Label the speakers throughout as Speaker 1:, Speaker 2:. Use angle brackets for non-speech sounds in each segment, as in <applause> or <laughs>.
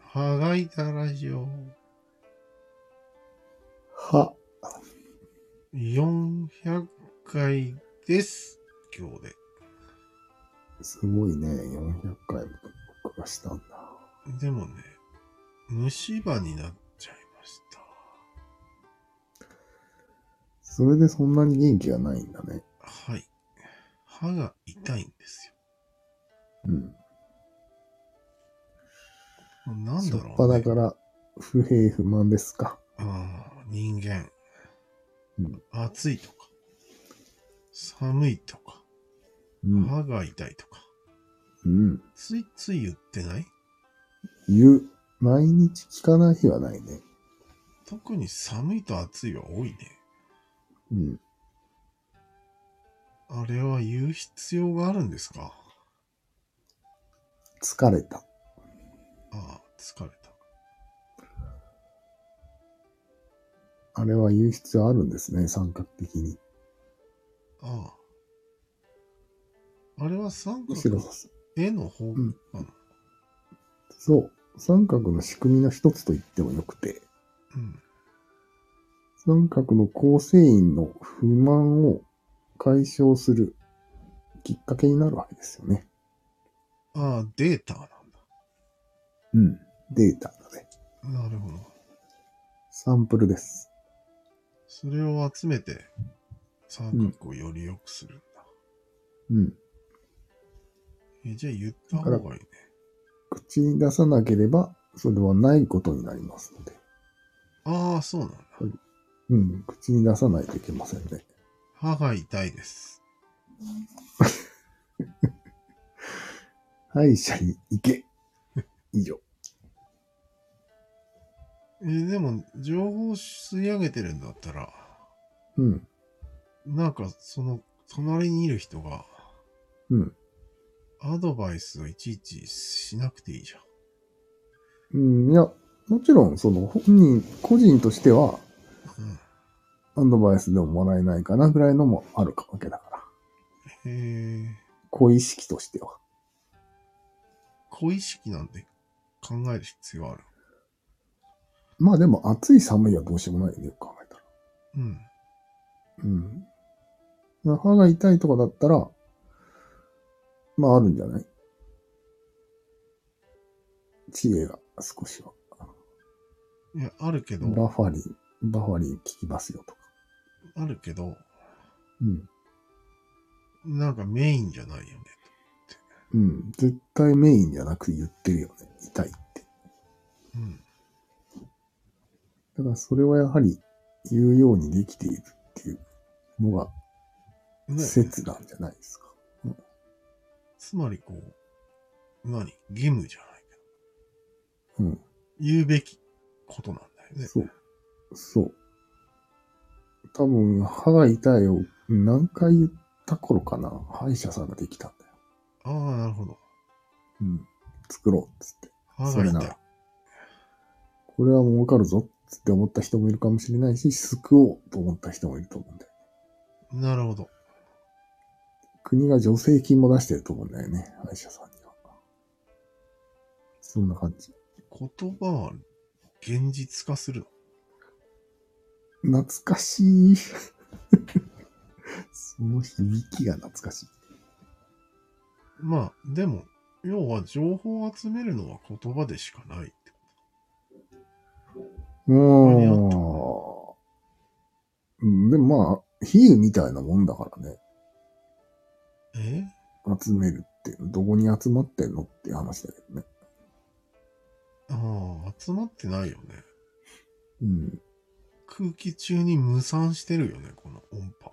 Speaker 1: はがいたラジオ
Speaker 2: は、
Speaker 1: 400回です。今日で。
Speaker 2: すごいね、400回も録画したんだ。
Speaker 1: でもね、虫歯になっちゃいました。
Speaker 2: それでそんなに元気がないんだね。
Speaker 1: はい。歯が痛いんです
Speaker 2: うん。
Speaker 1: よ。もうなんだ
Speaker 2: しょ
Speaker 1: ろ
Speaker 2: っ
Speaker 1: う、
Speaker 2: ぱ
Speaker 1: ね。
Speaker 2: だから、不平不満ですか。
Speaker 1: ああ、人間。
Speaker 2: うん
Speaker 1: 暑いとか、寒いとか、
Speaker 2: うん。
Speaker 1: 歯が痛いとか、
Speaker 2: うん。
Speaker 1: ついつい言ってない
Speaker 2: 言う。毎日聞かない日はないね。
Speaker 1: 特に寒いと暑いは多いね。
Speaker 2: うん。
Speaker 1: あれは言う必要があるんですか
Speaker 2: 疲れた。
Speaker 1: ああ、疲れた。
Speaker 2: あれは言う必要あるんですね、三角的に。
Speaker 1: ああ。あれは三
Speaker 2: むしろ
Speaker 1: 角、、絵の方
Speaker 2: ん
Speaker 1: かな。
Speaker 2: そう。三角の仕組みの一つと言ってもよくて、
Speaker 1: うん。
Speaker 2: 三角の構成員の不満を解消するきっかけになるわけですよね。
Speaker 1: ああ、データなん
Speaker 2: うん。データだね。
Speaker 1: だ。なるほど。
Speaker 2: サンプルです。
Speaker 1: それを集めて、三角をより良くするんだ。
Speaker 2: うん。
Speaker 1: えじゃあ言った方がいいね。
Speaker 2: 口に出さなければ、それはないことになりますので。
Speaker 1: ああ、そうなんだ。
Speaker 2: うん。口に出さないといけませんね。
Speaker 1: 歯が痛いです。
Speaker 2: 歯医者に行け。 <laughs> 以上。
Speaker 1: えでも、情報を吸い上げてるんだったら、
Speaker 2: うん。
Speaker 1: なんか、その、隣にいる人が、
Speaker 2: うん。
Speaker 1: アドバイスをいちいちしなくていいじゃん。
Speaker 2: うん。いや、もちろん、その本人、個人としては、
Speaker 1: うん
Speaker 2: アドバイスでももらえないかなぐらいのもあるわけだか
Speaker 1: へ
Speaker 2: ら。
Speaker 1: え、
Speaker 2: 小意識としては。
Speaker 1: 小意識なんて考える必要ある。
Speaker 2: まあでも、暑い寒いはどうしようもないよね、よく考えたら。
Speaker 1: うん。
Speaker 2: うん。歯が痛いとかだったら、まああるんじゃない知恵が少しは。
Speaker 1: いや、あるけど、
Speaker 2: バファリン、バファリン効きますよとか。
Speaker 1: あるけど、
Speaker 2: うん。
Speaker 1: なんかメインじゃないよね。
Speaker 2: うん。絶対メインじゃなくて言ってるよね。痛いって。
Speaker 1: うん。
Speaker 2: だからそれはやはり言うようにできているっていうのが
Speaker 1: ね
Speaker 2: 説なんじゃないですか。
Speaker 1: つまりこう、何義務じゃないけど、
Speaker 2: うん。
Speaker 1: 言うべきことなんだよね。
Speaker 2: そう。そう。多分、歯が痛いを何回言った頃かな、歯医者さんができたんだよ。
Speaker 1: ああ、なるほど。
Speaker 2: うん。作ろうっつって。
Speaker 1: 歯
Speaker 2: そ
Speaker 1: が
Speaker 2: れ
Speaker 1: 痛
Speaker 2: ないら。これは儲かるぞっつって思った人もいるかもしれないし、救おうと思った人もいると思うんだよ。
Speaker 1: なるほど。
Speaker 2: 国が助成金も出してると思うんだよね、歯医者さんには。そんな感じ。
Speaker 1: 言葉は現実化するの。
Speaker 2: 懐かしい。 <laughs> その響きが懐かしい。
Speaker 1: まあ、でも、要は情報を集めるのは言葉でしかないってこ
Speaker 2: うーん。でもまあ、比喩みたいなもんだからね。
Speaker 1: と。え
Speaker 2: 集めるって、どこに集まってんのっていう話だけどね。
Speaker 1: ああ、集まってないよね。
Speaker 2: うん。
Speaker 1: 空気中に無散してるよね、この音波。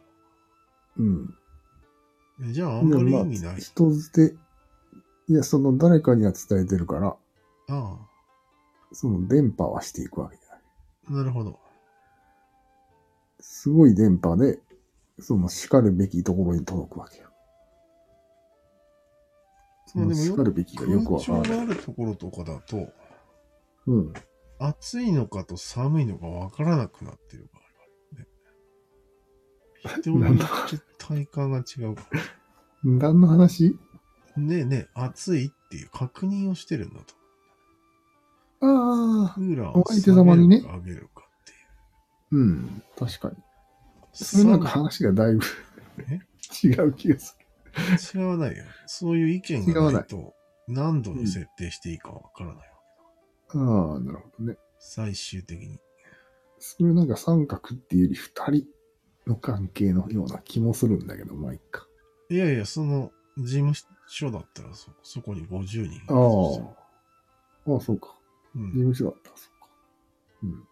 Speaker 2: うん。
Speaker 1: えじゃあ、あん
Speaker 2: で
Speaker 1: ま
Speaker 2: も
Speaker 1: り
Speaker 2: ま
Speaker 1: 意
Speaker 2: あ
Speaker 1: 味ない。
Speaker 2: 人捨て、いや、その誰かには伝えてるから、
Speaker 1: あ
Speaker 2: その電波はしていくわけじゃない。
Speaker 1: あ、なるほど。
Speaker 2: すごい電波で、その叱るべきところに届くわけよ。そ
Speaker 1: まあ
Speaker 2: の
Speaker 1: でもよ
Speaker 2: 叱るべきが
Speaker 1: 空
Speaker 2: よくわから
Speaker 1: 調が
Speaker 2: な
Speaker 1: あ
Speaker 2: い。
Speaker 1: るところとかだと、
Speaker 2: うん。
Speaker 1: 暑いのかと寒いのかわからなくなってる場合があるよね。人によって体感が違うから。
Speaker 2: 何の話
Speaker 1: ねえねえ、暑いっていう確認をしてるんだと。
Speaker 2: あああ
Speaker 1: ク、ーラーを
Speaker 2: お相手様にね
Speaker 1: 下げるか上げるかっていう。
Speaker 2: うん、確かに。そ
Speaker 1: そ
Speaker 2: れなんか話がだいぶ
Speaker 1: え
Speaker 2: 違う気がす
Speaker 1: 違わないよ。そういう意見がないと、何度に設定していいかわからないわけだ。
Speaker 2: る。ああ、なるほどね。
Speaker 1: 最終的に。
Speaker 2: それなんか三角っていうより二人の関係のような気もするんだけど、まあいっか。
Speaker 1: いやいや、その、事務所だったらそ、そこに50人。
Speaker 2: ああ。ああ、そうか。
Speaker 1: う
Speaker 2: 事
Speaker 1: ん。
Speaker 2: 務所だった、そうか。うん。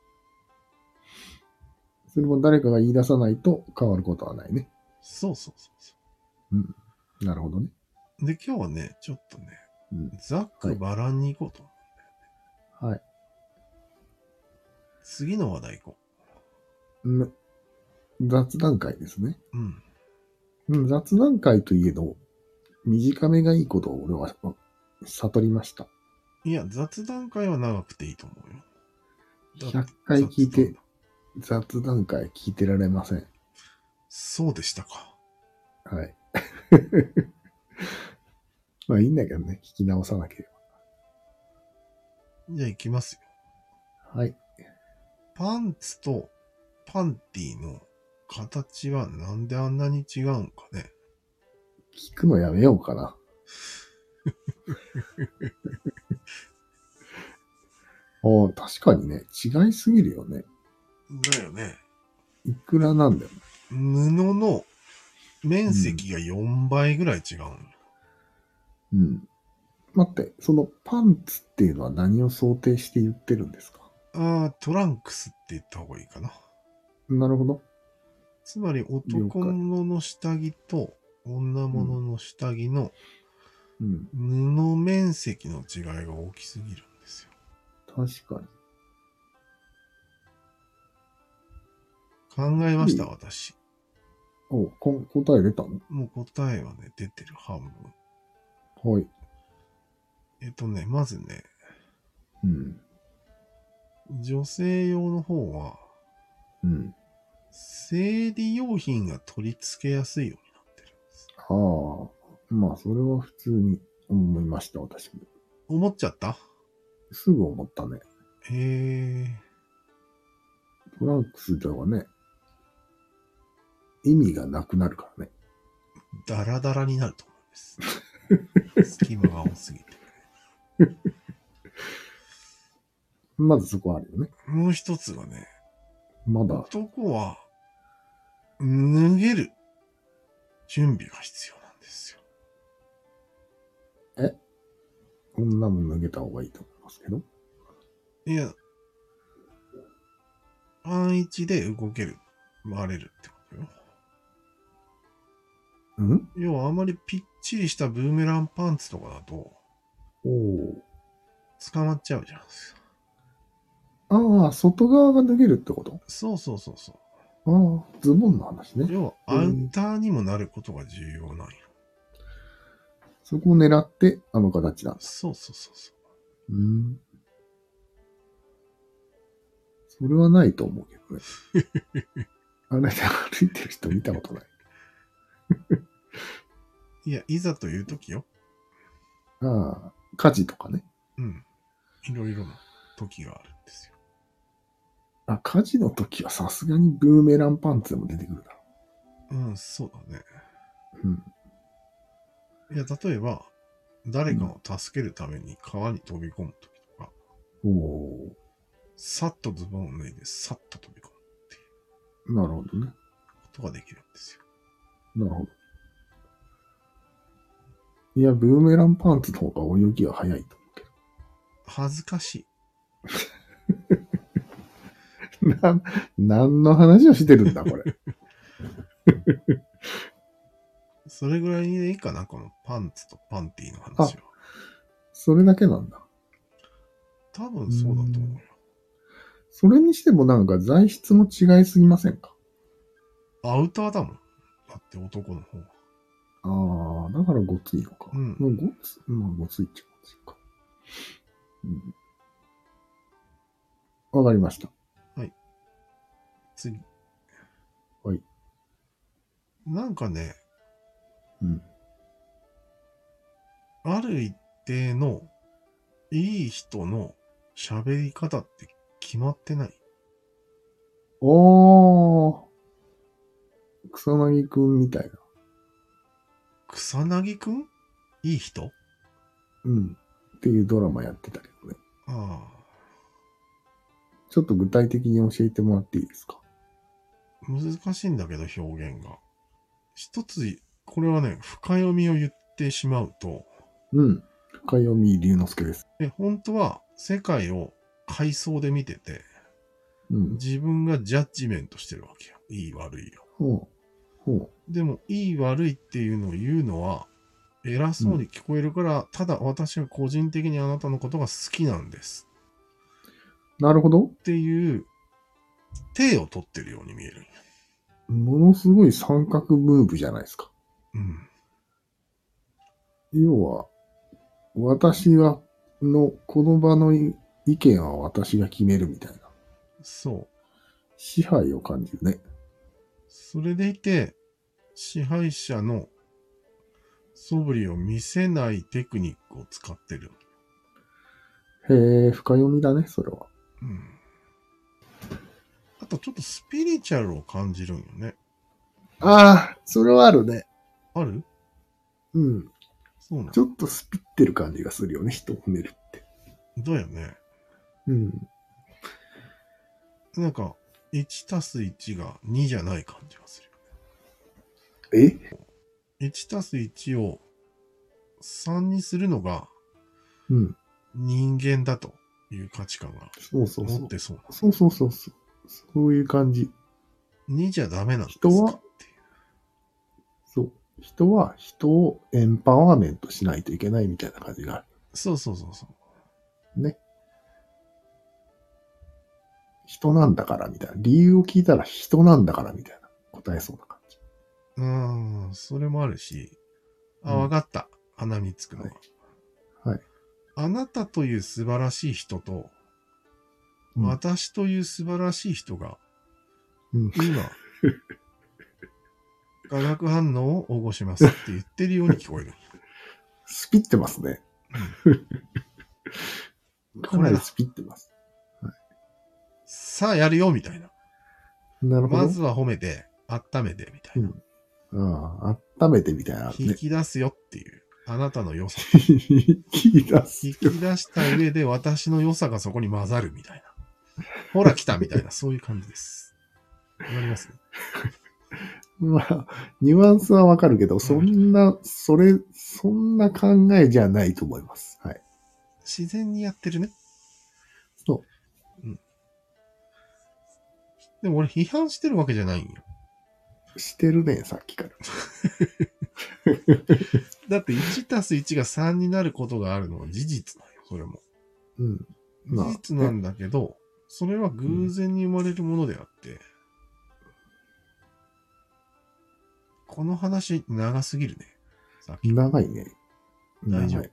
Speaker 2: それも誰かが言い出さないと変わることはないね。
Speaker 1: そうそうそうそ
Speaker 2: なるほどね。
Speaker 1: う。で、今日はね、ちょっとね、
Speaker 2: うん
Speaker 1: ざっくばらんに行こうと。
Speaker 2: はい。
Speaker 1: 次の話題行こ
Speaker 2: ん雑談会ですね。
Speaker 1: う。うん。
Speaker 2: うん、雑談会といえど、短めがいいことを俺は悟りました。
Speaker 1: いや、雑談会は長くていいと思うよ。
Speaker 2: 100回聞い
Speaker 1: 雑談
Speaker 2: て
Speaker 1: だ、
Speaker 2: 雑談会聞いてられません。
Speaker 1: そうでしたか。
Speaker 2: はい。 <laughs> まあいいんだけどね、聞き直さなけれ
Speaker 1: じゃあ行きますよ。
Speaker 2: ば。はい。
Speaker 1: パンツとパンティの形はなんであんなに違うんかね。
Speaker 2: 聞くのやめようかな。おー確かにね、違いすぎるよね。
Speaker 1: だよね。
Speaker 2: いくらなんだよ。
Speaker 1: 布の面積が4倍ぐらい違うんよ。
Speaker 2: うん。待って、そのパンツっていうのは何を想定して言ってるんですか
Speaker 1: ああ、トランクスって言った方がいいかな。
Speaker 2: なるほど。
Speaker 1: つまり男物の下着と女物の下着の
Speaker 2: うん。
Speaker 1: 布面積の違いが大きすぎるんですよ。
Speaker 2: 確かに。
Speaker 1: 考えました、
Speaker 2: うん
Speaker 1: 私。
Speaker 2: おこ答え出たの
Speaker 1: もう答えはね、出てる半分。
Speaker 2: はい。
Speaker 1: えっとね、まずね、
Speaker 2: うん。
Speaker 1: 女性用の方は、
Speaker 2: うん。
Speaker 1: 生理用品が取り付けやすいようになってるんです。
Speaker 2: ああ。まあ、それは普通に思いました、私も。
Speaker 1: 思っちゃった
Speaker 2: すぐ思ったね。
Speaker 1: へえ。
Speaker 2: トランクスではね、意味がなくなるからね。
Speaker 1: ダラダラになると思うん
Speaker 2: <laughs>
Speaker 1: です。隙間が多すぎて。
Speaker 2: まずそこはあるよね。
Speaker 1: もう一つがね、
Speaker 2: まだ、
Speaker 1: 男は、脱げる準備が必要なんですよ。
Speaker 2: 女も脱げた方がいいと思いますけど。
Speaker 1: いや、安一で動ける、回れるってことよ。
Speaker 2: うん
Speaker 1: 要はあまりぴっちりしたブーメランパンツとかだと、
Speaker 2: おお。
Speaker 1: 捕まっちゃうじゃん。
Speaker 2: ああ、外側が脱げるってこと
Speaker 1: そうそうそうそう。
Speaker 2: ああ、ズボンの話ね。
Speaker 1: 要はアウターにもなることが重要なんよ。
Speaker 2: そこを狙って、あの形なんです。
Speaker 1: そうそうそうそう
Speaker 2: ーん。それはないと思うけどね。あれで歩いてる人見たことない。
Speaker 1: う。いや、いざという時よ。
Speaker 2: ああ、火事とかね。
Speaker 1: うん。いろいろな時があるんですよ。
Speaker 2: あ、火事の時はさすがにブーメランパンツでも出てくるだろ
Speaker 1: うん、そうだね。
Speaker 2: う。うん。
Speaker 1: いや、例えば、誰かを助けるために川に飛び込む時とか、
Speaker 2: おお
Speaker 1: さっとズボンを脱いで、さっと飛び込む
Speaker 2: ー、なるほどね。
Speaker 1: ことができるんですよ。
Speaker 2: なるほど。いや、ブーメランパンツの方が泳ぎは早いと思
Speaker 1: 恥ずかし
Speaker 2: うけど。な、何の話をしてるんだ、こ
Speaker 1: <laughs>
Speaker 2: れ。
Speaker 1: い。それぐらいでいいかな、このパンツとパンティの話は。
Speaker 2: それだけなんだ。
Speaker 1: 多分そうだと思うよ。
Speaker 2: それにしてもなんか材質も違いすぎませんか
Speaker 1: アウターだもん。だって男の方は。
Speaker 2: ああ、だからごついのか。
Speaker 1: うん
Speaker 2: もうごつ、まあごついっちゃごついか。うん。わかりました。
Speaker 1: 次。
Speaker 2: はい。
Speaker 1: なんかね、
Speaker 2: うん。
Speaker 1: ある一定のいい人の喋り方って決まってない。
Speaker 2: おー。草薙くんみたいな。
Speaker 1: 草薙くんいい人
Speaker 2: うん。っていうドラマやってたけどね。
Speaker 1: あ
Speaker 2: ちょっと具体的に教えてもらっていいですか
Speaker 1: あ、難しいんだけど表現が。一つ、これはね、深読みを言ってしまうと、
Speaker 2: うん。深読み龍之介です。
Speaker 1: え本当は世界を階層で見てて、
Speaker 2: うん。
Speaker 1: 自分がジャッジメントしてるわけよ。いい悪いよ。
Speaker 2: ほう。ほ
Speaker 1: でも、いい悪いっていうのを言うのは、偉そうに聞こえるから、ただ私は個人的にあなたのことが好きなんです
Speaker 2: う。なるほど。
Speaker 1: っていう、手を取ってるように見えるんよ。
Speaker 2: ものすごい三角ムーブじゃないですか。
Speaker 1: うん。
Speaker 2: 要は、私は、の、この場の意見は私が決めるみたいな。
Speaker 1: そう。
Speaker 2: 支配を感じるね。
Speaker 1: それでいて、支配者の素振りを見せないテクニックを使ってる。
Speaker 2: へえ、深読みだね、それは。
Speaker 1: うん。あとちょっとスピリチュアルを感じるんよね。
Speaker 2: ああ、それはあるね。
Speaker 1: ある
Speaker 2: うん。
Speaker 1: そうなの
Speaker 2: ちょっとスピってる感じがするよね、人を褒めるって。
Speaker 1: だよね。
Speaker 2: うん。
Speaker 1: なんか、1たす1が2じゃない感じがす
Speaker 2: え
Speaker 1: る。1たす1を3にするのが
Speaker 2: うん。
Speaker 1: 人間だという価値観が
Speaker 2: そうそうそ
Speaker 1: 持っ
Speaker 2: う。
Speaker 1: てそうな。
Speaker 2: そうそうそうそう。そういう感じ。
Speaker 1: 2じゃダメなんですか
Speaker 2: 人は
Speaker 1: っていう
Speaker 2: そう。人は人をエンパワーメントしないといけないみたいな感じがある。
Speaker 1: そうそうそうそう。
Speaker 2: 人なんだからみたいな。理由を聞いたら人なんだからみたいな。答えそうな感じ。
Speaker 1: うーん、それもあるし、あ、
Speaker 2: うん
Speaker 1: わかった。鼻につくのは、
Speaker 2: はいはい
Speaker 1: あなたという素晴らしい人と、
Speaker 2: うん
Speaker 1: 私という素晴らしい人が、
Speaker 2: うん <laughs>
Speaker 1: 今、化学反応を起こしますって言ってるように聞こえる。
Speaker 2: スピってますね。かなりスピってます。
Speaker 1: さあやるよ、みたいな。
Speaker 2: なるほど。
Speaker 1: まずは褒めて、温めて、みたいな。
Speaker 2: ああ、温めてみたいなの <laughs>
Speaker 1: 引
Speaker 2: ね。
Speaker 1: き出すよっていう、あなたの良さ。
Speaker 2: 引き出す
Speaker 1: 引き
Speaker 2: よ。
Speaker 1: 出した上で私の良さがそこに混ざるみたいな。ほら来たみたいな、そういう感じです。わかります
Speaker 2: まあ、ニュアンスはわかるけど、そんな、それ、そんな考えじゃないと思います。はい。
Speaker 1: 自然にやってるね。
Speaker 2: そう。
Speaker 1: でも俺批判してるわけじゃないんよ。
Speaker 2: してるね、さっきから。
Speaker 1: だって1たす1が3になることがあるのは事実なんよ、それも。
Speaker 2: うん。まあ
Speaker 1: 事実なんだけど、それは偶然に生まれるものであって、この話長すぎるね。さっき。
Speaker 2: 長いね。
Speaker 1: 大丈夫
Speaker 2: 長い。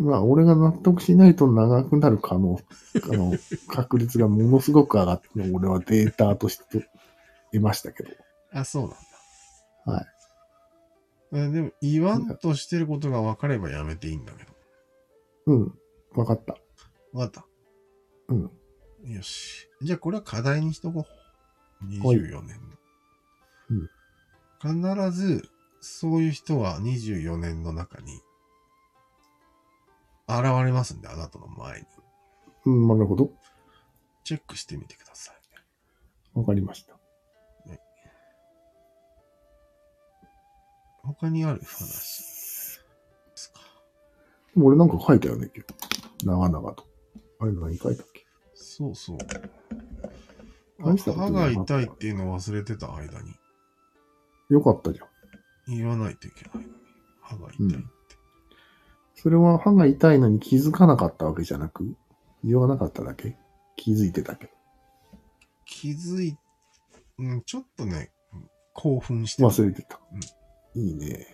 Speaker 2: まあ、俺が納得しないと長くなる
Speaker 1: <laughs>
Speaker 2: 可能、あの、確率がものすごく上がって、俺はデータとして得ましたけど。
Speaker 1: あ、そうなんだ。
Speaker 2: はい
Speaker 1: え。でも、言わんとしてることが分かればやめていいんだけど。
Speaker 2: うん。わかった。
Speaker 1: 分かった。
Speaker 2: うん。
Speaker 1: よし。じゃあ、これは課題にしとこう。
Speaker 2: はい
Speaker 1: 24年の。必ず、そういう人は24年の中に、現れますんで、あなたの前に。
Speaker 2: うん、なるほど。
Speaker 1: チェックしてみてください。
Speaker 2: わかりました。
Speaker 1: 他にある話ですか。
Speaker 2: でも俺なんか書いたよね、今日。長々と。あれ何書いたっけ
Speaker 1: そうそう。
Speaker 2: 大したこと
Speaker 1: 歯
Speaker 2: な
Speaker 1: が
Speaker 2: いな
Speaker 1: 痛いっていうのを忘れてた間に。
Speaker 2: よかったじゃん。
Speaker 1: 言わないといけないのに。歯が痛い。
Speaker 2: うんそれは歯が痛いのに気づかなかったわけじゃなく、言わなかっただけ気づいてたけど。
Speaker 1: 気づい、うん、ちょっとね、興奮してる
Speaker 2: 忘れてた。いいね。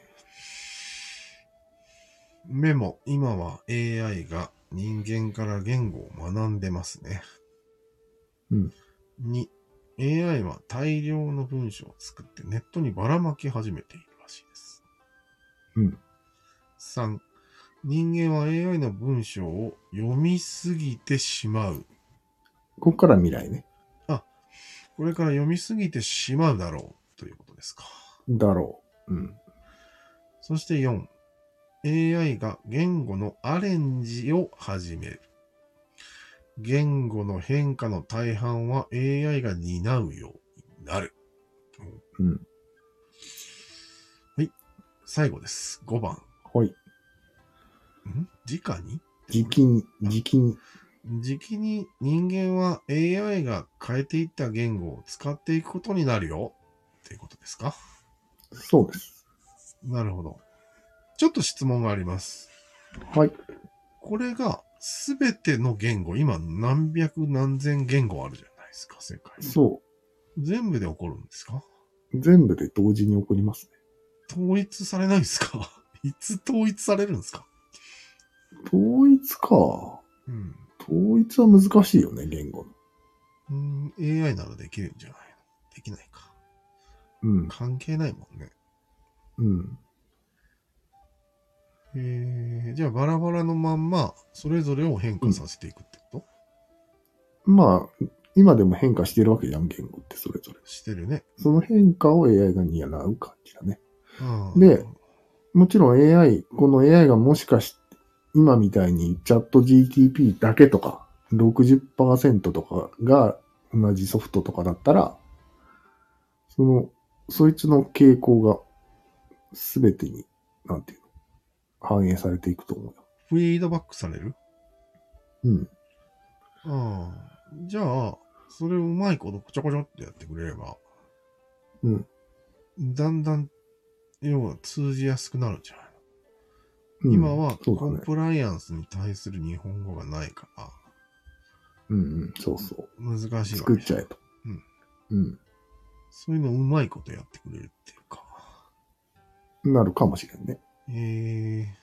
Speaker 1: メモ、今は AI が人間から言語を学んでますね。
Speaker 2: うん。
Speaker 1: 2、AI は大量の文章を作ってネットにばらまき始めているらしいです。
Speaker 2: うん。
Speaker 1: 3、人間は AI の文章を読みすぎてしまう。
Speaker 2: こっから未来ね。
Speaker 1: これから読みすぎてしまうだろうということですか。
Speaker 2: だろう。うん。
Speaker 1: そして4、AI が言語のアレンジを始める。言語の変化の大半は AI が担うようになる。
Speaker 2: うん。
Speaker 1: 最後です。5番。
Speaker 2: はい。
Speaker 1: ん直に
Speaker 2: 時期に、時期に。
Speaker 1: 時期に人間は AI が変えていった言語を使っていくことになるよっていうことですか
Speaker 2: そうです。
Speaker 1: なるほど。ちょっと質問があります。
Speaker 2: はい。
Speaker 1: これが全ての言語、今何百何千言語あるじゃないですか、世界に。
Speaker 2: そ
Speaker 1: 全部で起こるんですか
Speaker 2: う。全部で同時に起こります
Speaker 1: 統一されないんですか <laughs> いつ統一されるんですか
Speaker 2: ね。統一か。
Speaker 1: うん。
Speaker 2: 統一は難しいよね、言語の。
Speaker 1: うん、AI ならできるんじゃないのできないか。
Speaker 2: うん。
Speaker 1: 関係ないもんね。
Speaker 2: うん。
Speaker 1: えー、じゃあバラバラのまんま、それぞれを変化させていくってこと、
Speaker 2: まあ、今でも変化してるわけじゃん、言語ってそれぞれ。
Speaker 1: してるね。
Speaker 2: その変化を AI が担う感じだね。
Speaker 1: あー
Speaker 2: で、もちろん AI、この AI がもしかして、今みたいにチャット GTP だけとか、60%とかが同じソフトとかだったら、その、そいつの傾向が全てに、なんていうの、反映されていくと思うよ。
Speaker 1: フィードバックされる
Speaker 2: うん。
Speaker 1: ああ。じゃあ、それをうまいことこちょこちょってやってくれれば、
Speaker 2: うん。
Speaker 1: だんだん、要は通じやすくなるじゃない、
Speaker 2: うん
Speaker 1: 今は
Speaker 2: そう
Speaker 1: コ
Speaker 2: だ
Speaker 1: ン
Speaker 2: ね。
Speaker 1: プライアンスに対する日本語がないから、
Speaker 2: うんうん。そうそう。
Speaker 1: 難しいわけ
Speaker 2: 作っちゃえと。うん。
Speaker 1: そういうのをうまいことやってくれるっていうか。
Speaker 2: うん。なるかもしれんね。
Speaker 1: ええ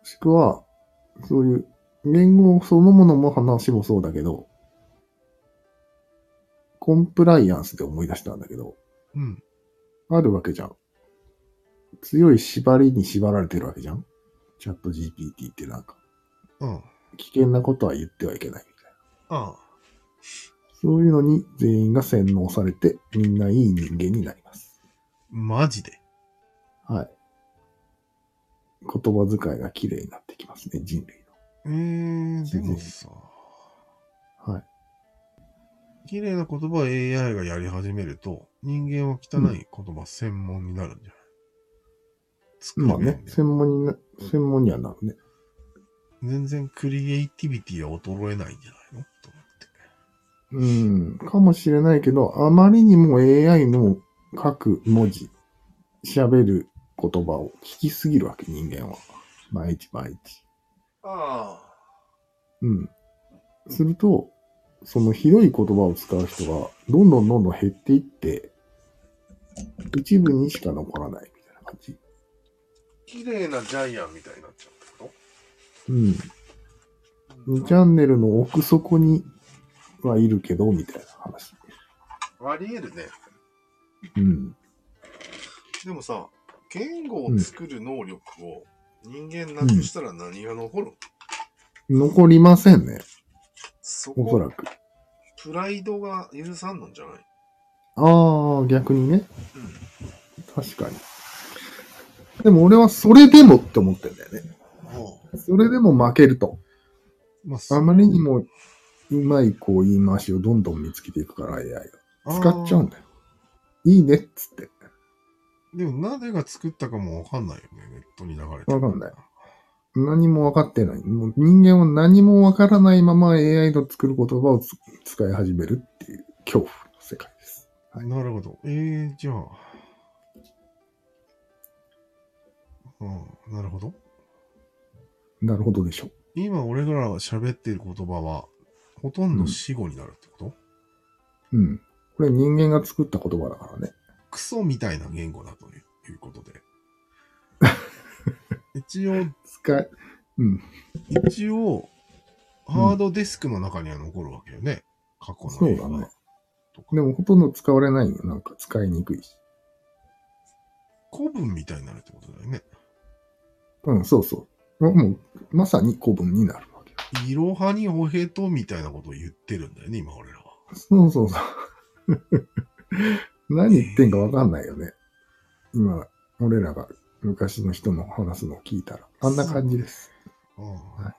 Speaker 2: もしくは、そういう言語そのものも話もそうだけど、コンプライアンスで思い出したんだけど、
Speaker 1: うん。
Speaker 2: あるわけじゃん。強い縛りに縛られてるわけじゃん。チャット GPT ってなんか、
Speaker 1: うん。あ
Speaker 2: 危険なことは言ってはいけないみたいな。
Speaker 1: あ。
Speaker 2: そういうのに全員が洗脳されて、みんないい人間になります。
Speaker 1: マジで。
Speaker 2: はい。言葉遣いが綺麗になってきますね、人類
Speaker 1: ええでもさ、
Speaker 2: の。はい。
Speaker 1: 綺麗な言葉を AI がやり始めると、人間は汚い言葉専門になるんじゃない、作る
Speaker 2: まあ
Speaker 1: 面
Speaker 2: ね、
Speaker 1: で
Speaker 2: 専門にな、専門にはなるね。
Speaker 1: 全然クリエイティビティは衰えないんじゃないのと思って。
Speaker 2: うん、かもしれないけど、あまりにも AI の書く文字、喋る言葉を聞きすぎるわけ、人間は。毎日毎日。
Speaker 1: あ
Speaker 2: うん。すると、そのひどい言葉を使う人が、どんどんどんどん減っていって、一部にしか残らないみたいな感じ。
Speaker 1: あ。綺麗なジャイアンみたいになっちゃうってこ
Speaker 2: うん。
Speaker 1: と
Speaker 2: 2チャンネルの奥底にはいるけど、みたいな話。
Speaker 1: あり得るね。
Speaker 2: うん。
Speaker 1: でもさ、言語を作る能力を人間なくしたら何が残る、
Speaker 2: 残りませんね、
Speaker 1: そ
Speaker 2: おそ
Speaker 1: こ、
Speaker 2: らく。
Speaker 1: プライドが許さんのんじゃない
Speaker 2: ああ、逆にね。確かに。でも俺はそれでもって思ってんだよね。それでも負けると。
Speaker 1: ま
Speaker 2: あまりにもうまいこう言い回しをどんどん見つけていくから AI が。使っちゃうんだよ。いいねっつって。
Speaker 1: でも、なぜが作ったかもわかんないよね。ネットに流れて。
Speaker 2: わかんない。何も分かってない。もう人間は何も分からないまま AI の作る言葉をつ使い始めるっていう恐怖の世界です。
Speaker 1: なるほど。えー、じゃあ。うん、なるほど。
Speaker 2: なるほどでしょ。
Speaker 1: 今、俺らが喋っている言葉は、ほとんど死語になるってこと、
Speaker 2: うん。これ人間が作った言葉だからね。
Speaker 1: クソみたいな言語だということ
Speaker 2: <laughs>
Speaker 1: で。一応、
Speaker 2: 使い、うん。
Speaker 1: 一応、ハードディスクの中には残るわけよね。過去
Speaker 2: そ
Speaker 1: の
Speaker 2: う
Speaker 1: 映
Speaker 2: だ
Speaker 1: 画
Speaker 2: ね
Speaker 1: が。。
Speaker 2: でもほとんど使われないよ。なんか使いにくいし。
Speaker 1: 古文みたいになるってことだよね。
Speaker 2: うん、そうそう。もう、もうまさに古文になるわけよ。
Speaker 1: いろはにおへとみたいなことを言ってるんだよね、今俺らは。
Speaker 2: そうそう <laughs> そう。何言ってんかわかんないよね。今、俺らが昔の人の話すのを聞いたら。あんな感じです。
Speaker 1: ああ
Speaker 2: はい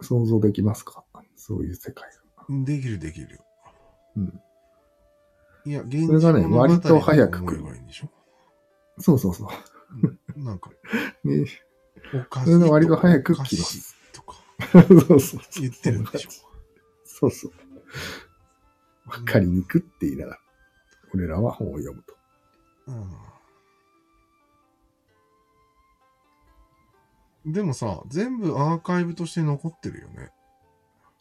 Speaker 2: 想像できますかそういう世界が。
Speaker 1: できるできる。
Speaker 2: うん。
Speaker 1: いや、現
Speaker 2: それがね
Speaker 1: 実物語
Speaker 2: 割と早く来る
Speaker 1: 思えばいいんでしょ
Speaker 2: そうそうそう。
Speaker 1: なんか、
Speaker 2: ね、
Speaker 1: おかし
Speaker 2: そ
Speaker 1: い
Speaker 2: れ
Speaker 1: と
Speaker 2: が
Speaker 1: か。
Speaker 2: 割と早く
Speaker 1: おか
Speaker 2: 来
Speaker 1: しい
Speaker 2: ます。
Speaker 1: とか
Speaker 2: そうそう。
Speaker 1: 言ってるんでしょ。
Speaker 2: そうそう。わかりにくって言いながら、俺らは本を読むと。
Speaker 1: うん。でもさ、全部アーカイブとして残ってるよね。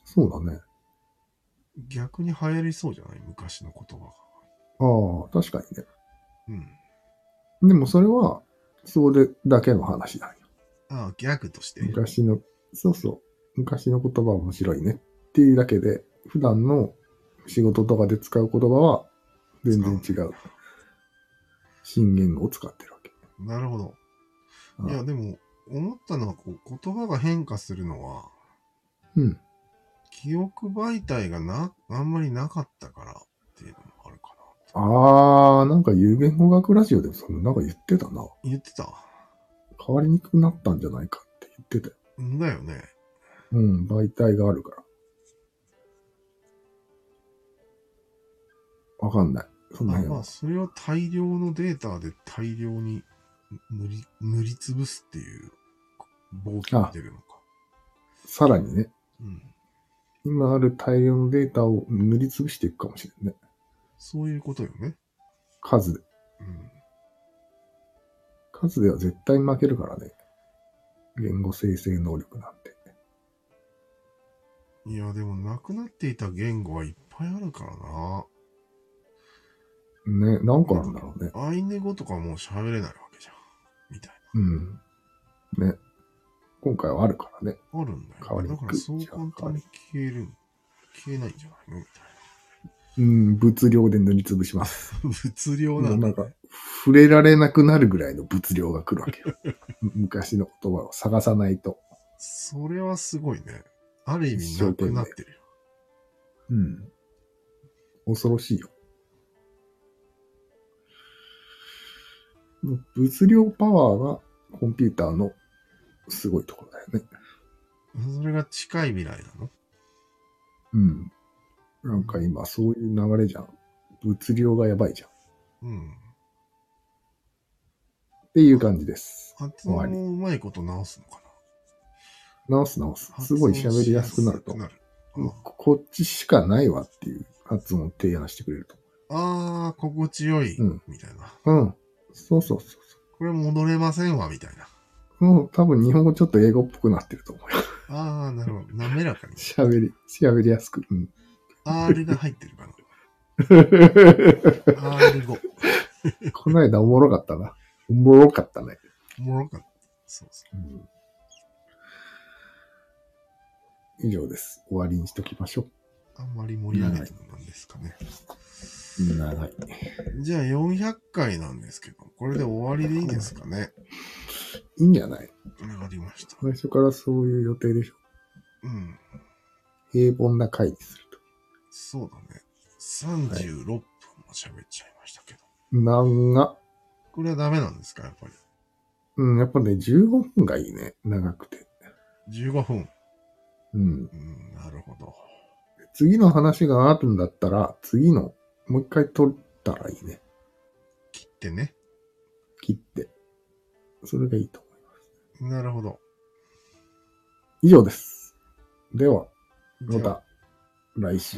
Speaker 2: そうだね。
Speaker 1: 逆に流行りそうじゃない昔の言葉が。
Speaker 2: ああ、確かにね。
Speaker 1: うん。
Speaker 2: でもそれは、それだけの話だよ。
Speaker 1: ああ、ギャグとして。
Speaker 2: 昔の、そうそう。昔の言葉は面白いねっていうだけで、普段の仕事とかで使う言葉は全然違う。新言語を使ってるわけ。
Speaker 1: なるほど。
Speaker 2: うん
Speaker 1: いや、でも、思ったのはこう、言葉が変化するのは、
Speaker 2: うん。
Speaker 1: 記憶媒体がな、あんまりなかったからっていうのもあるかな。
Speaker 2: あー、なんか有言語学ラジオでもそんななんか言ってたな。
Speaker 1: 言ってた
Speaker 2: 変わりにくくなったんじゃないかって言ってたよ。
Speaker 1: んだよね。
Speaker 2: うん、媒体があるから。わかんない。その
Speaker 1: あ
Speaker 2: 辺
Speaker 1: まあ、
Speaker 2: は。
Speaker 1: それを大量のデータで大量に塗り、塗りつぶすっていう、冒険に出るのか。
Speaker 2: さらにね、
Speaker 1: うん。
Speaker 2: 今ある大量のデータを塗りつぶしていくかもしれないね。
Speaker 1: そういうことよね。
Speaker 2: 数で。
Speaker 1: うん。
Speaker 2: 数では絶対負けるからね。言語生成能力なんて。
Speaker 1: いや、でも、なくなっていた言語はいっぱいあるからな。
Speaker 2: ね、何個あるんだろうね。
Speaker 1: アイネ語とかもう喋れないわけじゃん。みたい
Speaker 2: うん。ね。今回はあるからね。
Speaker 1: な。あるんだ
Speaker 2: 変
Speaker 1: よ、
Speaker 2: わ
Speaker 1: ね。
Speaker 2: り
Speaker 1: だ
Speaker 2: に
Speaker 1: か
Speaker 2: くい
Speaker 1: ら、そう簡単に消える、消えないんじゃないのみたい
Speaker 2: うん、物量で塗りつぶします。
Speaker 1: な。 <laughs> 物量
Speaker 2: も
Speaker 1: な
Speaker 2: うん
Speaker 1: だ、
Speaker 2: なん
Speaker 1: ね
Speaker 2: か。、触れられなくなるぐらいの物量が来るわけよ。 <laughs> 昔の言葉を探さないと。
Speaker 1: それはすごいね。ある意味、なくなってるよ。
Speaker 2: うん。恐ろしいよ。物量パワーがコンピューターのすごいところだよね。
Speaker 1: それが近い未来なの
Speaker 2: うん。なんか今そういう流れじゃん。物量がやばいじゃん。
Speaker 1: うん。
Speaker 2: っていう感じです。
Speaker 1: 発
Speaker 2: 終わり
Speaker 1: 音をうまいこと直すのか
Speaker 2: 直す直す。
Speaker 1: な
Speaker 2: すごい喋りやすくなると。
Speaker 1: 発音しやすく
Speaker 2: もう
Speaker 1: なる
Speaker 2: こっちしかないわっていう発音を提案してくれると。
Speaker 1: ああー、心地よい、
Speaker 2: うん
Speaker 1: みたいな。
Speaker 2: うん。そうそうそうそう。
Speaker 1: これ戻れませんわ、みたいな。
Speaker 2: もう多分日本語ちょっと英語っぽくなってると思うよ。
Speaker 1: ああ、なるほど。滑らかに。
Speaker 2: 喋り、喋りやすく。うん。
Speaker 1: R が入ってるかな。R5。
Speaker 2: この間おもろかったな。おもろかったね。
Speaker 1: おもろかった。そうそ
Speaker 2: うん以上です。終わりにしときましょ
Speaker 1: う。あんまり盛り上げてもなんですかね。
Speaker 2: う。長い。
Speaker 1: じゃあ400回なんですけど、これで終わりでいいですかね。
Speaker 2: いいんじゃない
Speaker 1: わかりました。
Speaker 2: 最初からそういう予定でしょ。
Speaker 1: うん。
Speaker 2: 平凡な回にする
Speaker 1: そうだね。36分も喋っちゃいましたけど。
Speaker 2: と。なんが、
Speaker 1: これはダメなんですか、やっぱり。
Speaker 2: うん、やっぱね、15分がいいね。長くて。
Speaker 1: 15分。
Speaker 2: うん。
Speaker 1: うん、なるほど。
Speaker 2: 次の話があるんだったら、次の、もう一回撮ったらいいね。
Speaker 1: 切ってね。
Speaker 2: 切って。それがいいと思う。
Speaker 1: なるほど。
Speaker 2: 以上です。では、
Speaker 1: じゃ
Speaker 2: ま
Speaker 1: あ
Speaker 2: た来週。